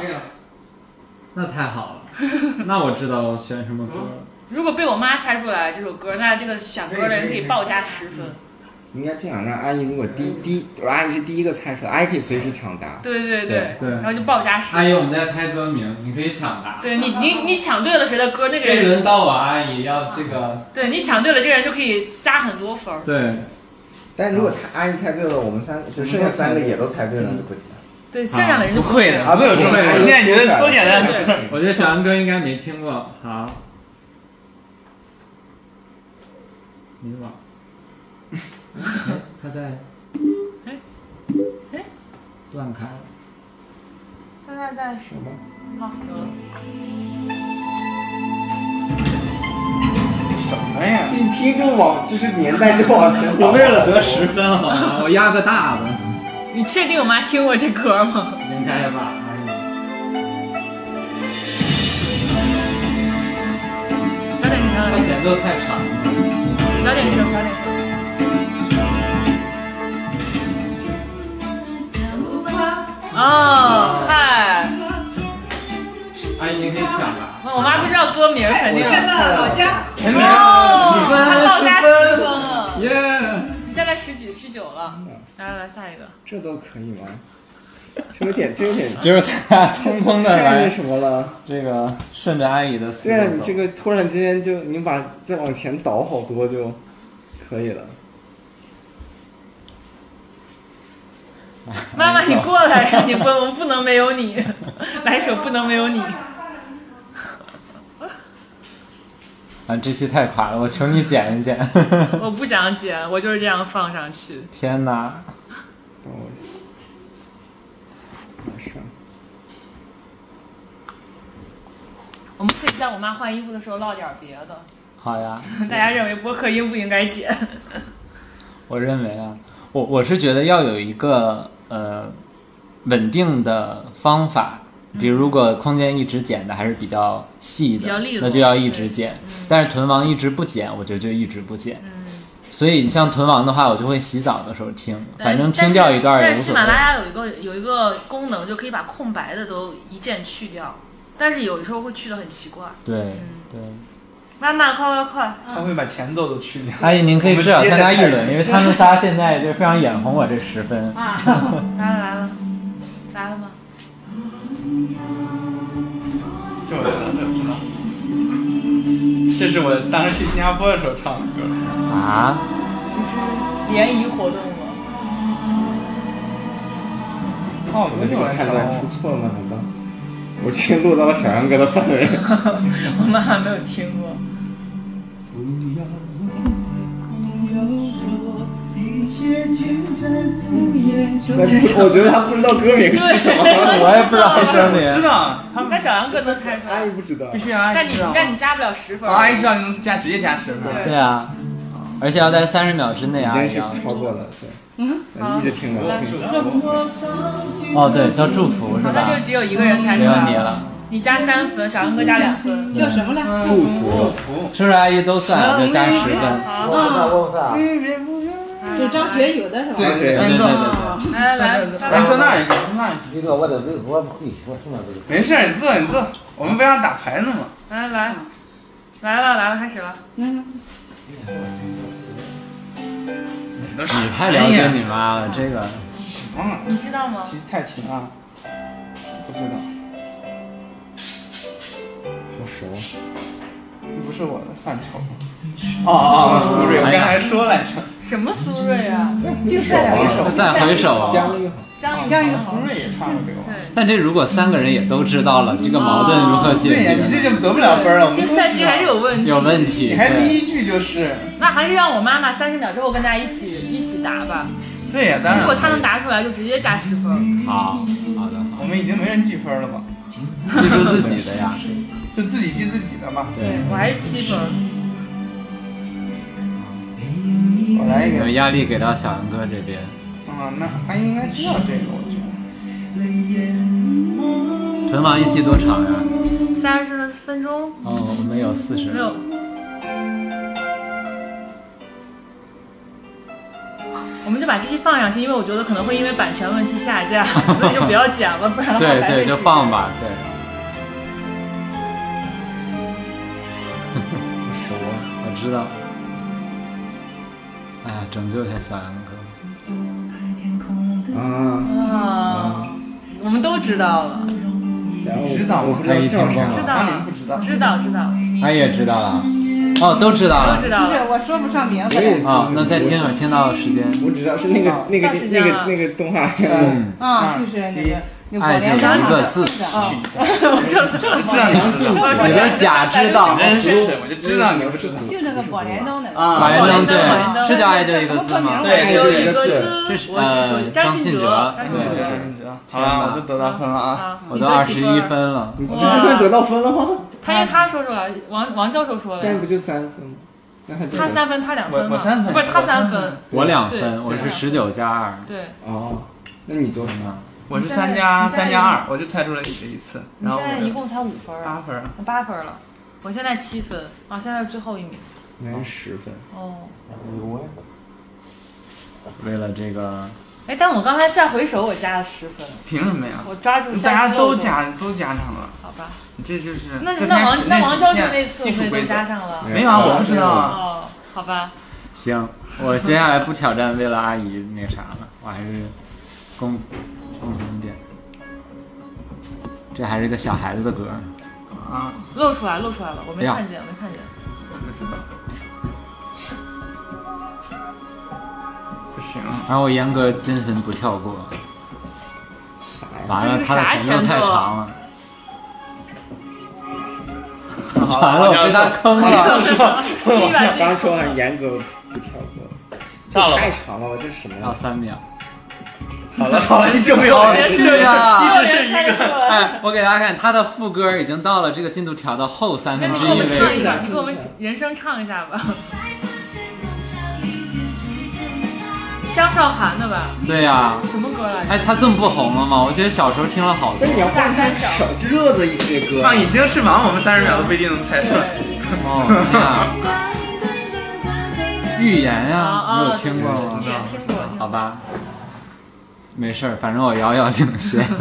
那太好了，那我知道我选什么歌了。
如果被我妈猜出来这首歌，那这个选歌的人可以暴加十分。
应该这样，让阿姨如果第第一，阿姨是第一个猜出来，阿姨可以随时抢答。
对对对，
对
然后就暴加十
阿姨，哎我
分。
们在猜歌名，你可以抢答。
对你你你抢对了谁的歌，那个
这
人啊
轮到我阿姨要这个。
对你抢对了，这个人就可以加很多分儿。
对，
但如果她阿姨猜对了，我们三就剩下三个也都猜对了，就不加。
对，剩下的人就
不会的，
啊
嗯不会有这种
不会
事儿。我
的
现在觉得多简单，
对
嗯我觉得小杨哥应该没听过。好，迷惘。哎他在
哎哎
断开了。
现在在什么？好，有了。
哎呀，
这一听就往，就是年代就往前 倒。
得十分好哦吗？我压个大的，
你确定我妈听过这歌吗？
应该吧？哎
小点声，小点
呀，这
声，
前奏太长了。
小点声，小点声。哦，嗨，
阿姨，哎你可以抢答。
我妈不知道歌名，肯定。哦
真的老家
陈明，他爆加十分了，
耶！
现在十几十九了。来来来，下一个。
这都可以吗？这有点，这有点
就是他通通的
太那
来，
什么了。
这个顺着阿姨的思
虽然
路
你
走
这。个突然之间就你把再往前倒好多就可以了。
妈妈，你过来呀！你不，我们不能没有你。来一首《不能没有你》。
啊，这期太垮了，我求你剪一剪。
我不想剪，我就是这样放上去。
天哪！
等我，马上。
我们可以在我妈换衣服的时候唠点别的。
好呀。
大家认为播客应不应该剪？
我认为啊，我我是觉得要有一个呃稳定的方法，比如如果空间一直剪的还是比较细
比较
的，
利落嗯
那就要一直剪。但是臀王一直不剪，我觉得就一直不剪。所以你像臀王的话，我就会洗澡的时候听，反正听掉一段也
但
无
是喜
所
马拉
谓。
雅有一个有一个功能，就可以把空白的都一键去掉，但是有时候会去的很奇怪。
对对，
嗯妈妈，快快快！
他会把前奏都去掉。
阿姨您可以
我们
至少
直接
参加
在
一
开始
轮，因为他们仨现在就非常眼红我这十分。
啊，
来了来了，
这我真的知道，这是我当时去新加坡的时候唱的歌。
啊，
就是联谊活动嘛。
哦，
我的这个判断出错了吗？难道我直接落到了小杨哥的范围？
我们还没有听过。
那我觉得他不知道歌 名是什么。
我也不知道是什
我知
么。
道，他们
那小杨哥能猜出
阿
来
姨，不知道
必。须让阿
那
姨
你
哎知道。
那你加不了十分
哦
儿。
阿姨知道你能加直接加十分。
对
对啊，而且要在三十秒之内
已
啊，
经
一样
是。超过了，对。嗯，一直听着听着。
哦，对，叫祝福是
好，那
吧
就？只有一个人猜出
没问
来
题。了，嗯
你加三分，小杨哥加两分。
叫什么来？
祝福，
叔叔阿姨都算了，就加十
嗯
分。
好，
啊，
我不算。
有张
啊
学友的是吧？
对对
对对对对。
哎来来来，
来，哎坐那儿一个，坐那儿一
一个我得为我不会，我什么都不
个。没事儿，你坐，你坐。我们不要打牌呢嘛。
来来来了来了，开始了。
你
你太了解你妈了，这个
哎了。
你知道吗？
其太勤啊，不知道，
好熟。
这不是我的范畴。
哦哦
苏瑞，我刚
哎呀
才还说来着，
什么苏芮啊？
就再回首，
再回首。啊
江一航，
张宇
刚才啊苏
航。
瑞也唱了给我。
对，
但这如果三个人也都知道了，这个矛盾如何解
哦对呀，你
决？
这就得不了分了。我们
这
都
赛
知
季
道
还是有问题
有。问题。
你还第
对
一句就是，
那还是让我妈妈三十秒之后跟大家一起一起答吧。
对呀，
嗯
当然。
如果她能，答出来，就直接加十分。
好好的好，
我们已经没人记分了嘛，
记住自己的 呀。
就自己记自己的嘛。
对我还是七分。
我来一
你
个
们，压力给到小杨哥这边，
啊，那他应该知道这个，我觉得。
存亡一期多长啊呀？
三十分钟
哦，我们有四十
没。有。我们就把这期放上去，因为我觉得可能会因为版权问题下架，所以就不要剪了，不 然的话
对
白费
对，
时
就
间
放。吧。 对，
好熟啊！
我知道。哎呀，拯救一下小杨哥。
啊，
啊，
嗯
我们都知道了，
然后我
知道吗
我不知道
阿
叫什
姨听
么
过。
知道
啊当然
了
不，知道。啊
知道知道
哎，也知道了。哦，都知道
都知
了。
道
不是
了。
我说不上名字
我也记
来。
不
啊，那再听会儿，听到时间。
我只知道是那个那个
到时
那
间
个
了
那个动画。
嗯，
啊，就是那个那个
爱情哦一个字。
啊，
我知道你知道，
我
有点假知道。
真是，我就知道
嗯
你不知道。
就那个宝莲灯那个
马连灯
啊，
马连
哎对，
灯
是叫爱就一个字吗？
对
只有一个
这
字，
是
我只
呃
说张
信
信
哲
哲，
我
张
知
信哲
道你知道你知道。好了，我就得到分了啊。
啊，
我
你
都
得
二
几
十
分
一分了。
你 这算得到分了吗？
他因为他说出来，王王教授说了
但
呀
是不，就三分吗？那还真
啊他
得
三分，他两分
我
嘛，
我三分
不是他
我三
三
分
分，
我两
对
分，我是
对
十九加二。
对，
哦，那你多少？
我是三加三加二，我就猜出了你的一次，
你
然后
现在一
我
共才五分
的
啊，
八分。
八分了，我现在七分啊，现在是最后一名
那是十分。
哦。
为了这个，
哎，但我刚才再回首，我加了十分，
凭什么呀？
我抓住
大家
36
都
分，
加都加上了，
好吧？
你这就是
那
这
那
才
王
是
那王教授
是
那次我
技术
们也
规
都
则
加上了，
没有啊，我不知道啊。
哦，好吧，
行，我接下来不挑战为了阿姨那啥了，我还是公公平一点。这还是个小孩子的歌，
啊，
露出来露出来了，我没
哎呀
看见，我没看见。
我不知道。不行，
然后我严格精神不跳过。完了，
这是
他的
啥
前奏
前
太
奏啊
长 了。完了，我被他坑 了。
自己把自
我
己
刚说很严格不跳过，
炸
太长了，我这是什么
要
呀？
三秒。
好了好了，你就没有
好是呀。
六连猜得出来。
哎，我给大家看，他的副歌已经到了这个进度条的后三
那
分
你
之
给我
一
们唱
位
一
置。
下，你给我们人声唱一下吧，张韶涵的吧？
对呀、
什么歌啊来着？
哎，他这么不红了吗？我觉得小时候听了好多
但。是你要换一些小热的一些歌，
啊，已经是完，我们三十秒都不一定能猜出来。
哦，哎呀，预言呀、
啊
你有
啊
听过吗
对？对对听过听过
好吧，没事儿，反正我遥遥领先。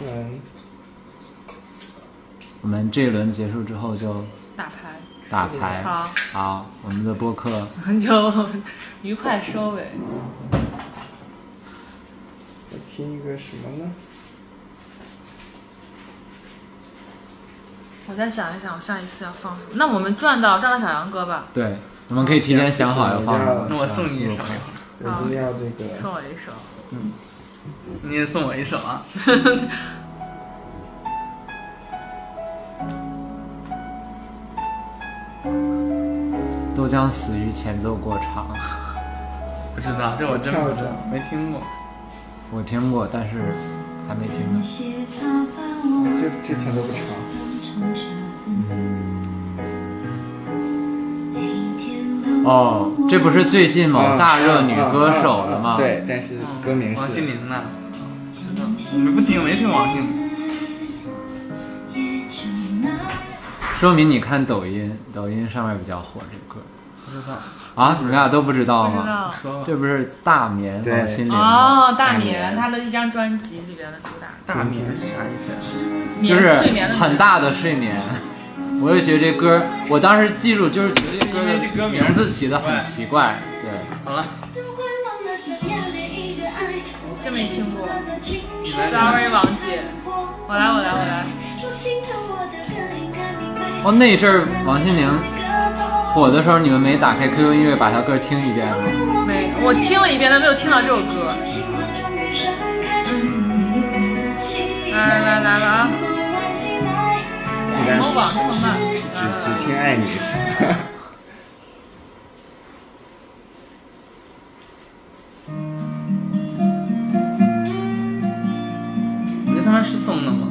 嗯，
我们这一轮结束之后就
打牌，
打牌。
好，
好，我们的播客
就愉快收尾。
听一个什么呢？
我再想一想，我下一次要放什么？那我们转到转到小杨哥吧，
对，我们可以提前想好要放什么。
那我送你一首，
啊
我一定要这个，
送我一首。
你也送我一首啊。
都将死于前奏过长。
不知道，这我真不知道，没听过。
我听过，但是还没听呢。
这这前奏不长。
哦，这不是最近某大热女歌手了吗？，
对，但是
歌名
王
是
心凌呢？
嗯
你们不听，没听王心凌。
说明你看抖音，抖音上面比较火这歌
不知道，
啊，你们俩都不知道
不知
吗？
道
说吧。
这不是大眠
对
王心凌吗？
哦，大
大
眠
眠
他的一张专辑里边的主打，
大眠是啥意思
就
眠
是
睡眠的
很大的睡眠。我就觉得这歌，我当时记住就是觉得这歌
因为这歌
的
名
名字起的很奇怪，对，
啊？好了，
真没听过。
Sorry，
Sorry，
王
王
姐
姐，，我来，我来，我来。
哦，那一阵儿王心凌火的时候，你们没打开 QQ 音乐把她歌听一遍吗？
没，我听了一遍，但没有听到这首歌。来来来来了啊！什么网这么慢？来
只
来
只
来，
听爱你。
你这他妈是送的吗？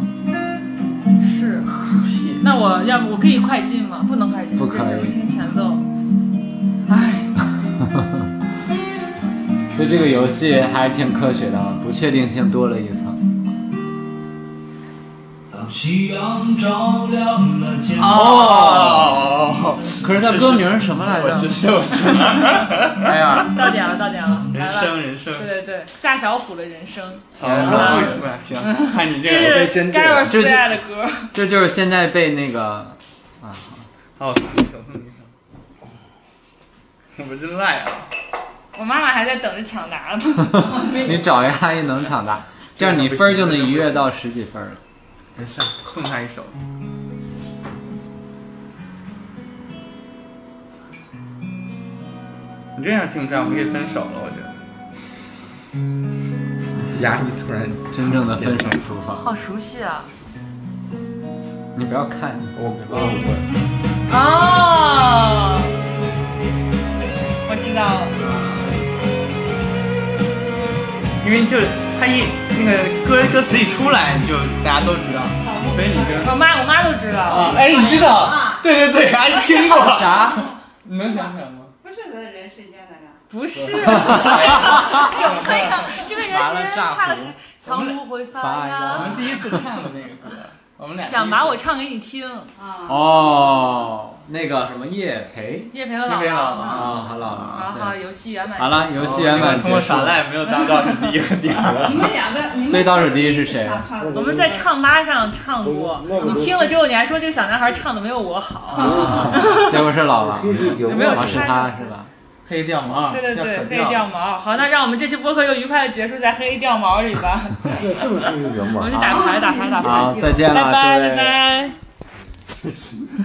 是。
屁！
那我要不我可以快进吗？不能快进，
不可以
只能听前奏。唉，
对这个游戏还是挺科学的，啊，不确定性多了一层。
当夕阳照亮了家。
哦，
可是它歌名是 什么来
我
着
知？道，我知道。
哎呀，
到点了，到点了，来
人
了。
生，人生。
对对对，夏小虎的人生，
好了，不不行，看你这
这
个，
是
我被针对
g a r
了。
r 最爱的歌。
这就是现在被那个
好，我送你一首，送你一首。我们真赖啊！
我妈妈还在等着抢答呢。
你找一个阿姨能抢答，这样你分儿就能一跃到十几分儿了。
没事，送他一首。你这样听不出来，我们可以分手了，我觉得。
压力突然，
真正的分手厨房，
好熟悉啊！
你不啊要看，
我忘了，
哦，我知道了，
因为就是他一那个歌歌词一出来，你就大家都知道，所以你就
我妈我妈都知道。
啊，哎，你知道？对对对，阿姨听过啥？你能想起来吗？
不是的人世间的了。
不 是，什么呀？这个人
完了
生
炸
差的
胡
是长路会发
发
我
芽
芽。
们第一次唱的那个歌，我们俩
想把我唱给你听，
啊，
哦，那个什么叶培
叶培和
特
老
别好
王。
了。
啊，好
好
了，
好，
对
游戏圆满。
好了，游戏圆满
通过
结束
耍。赖没有当到是第一和第二，
你们两个，你们
所以倒数第一是谁啊
唱
我们在唱吧上唱过，你听了之后你还说这个小男孩唱的没有我好。
结果是老 王，
没有
王是他是吧？
黑掉毛，
对对对，
黑
黑掉毛。好，那让我们这期播客又愉快的结束在黑掉毛里 吧。
这么听就行
我
吗
们去？打牌，打牌，打牌。
好，再见
拜
了，
拜，
各
拜
位。
拜。